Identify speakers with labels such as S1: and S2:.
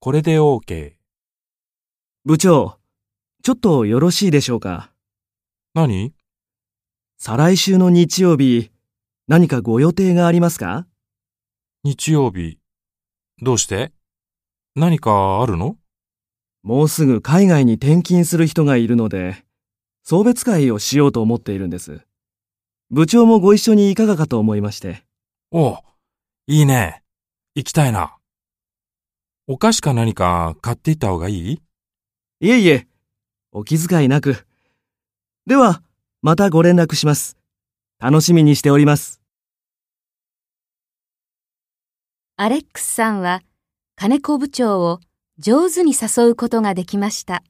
S1: これで OK。
S2: 部長、ちょっとよろしいでしょうか。
S1: 何
S2: 再来週の日曜日、何かご予定がありますか
S1: 日曜日。どうして何かあるの
S2: もうすぐ海外に転勤する人がいるので、送別会をしようと思っているんです。部長もご一緒にいかがかと思いまして。
S1: おう、いいね。行きたいな。お菓子か何か買っていった方がいい
S2: いえいえ、お気遣いなく。では、またご連絡します。楽しみにしております。
S3: アレックスさんは金子部長を上手に誘うことができました。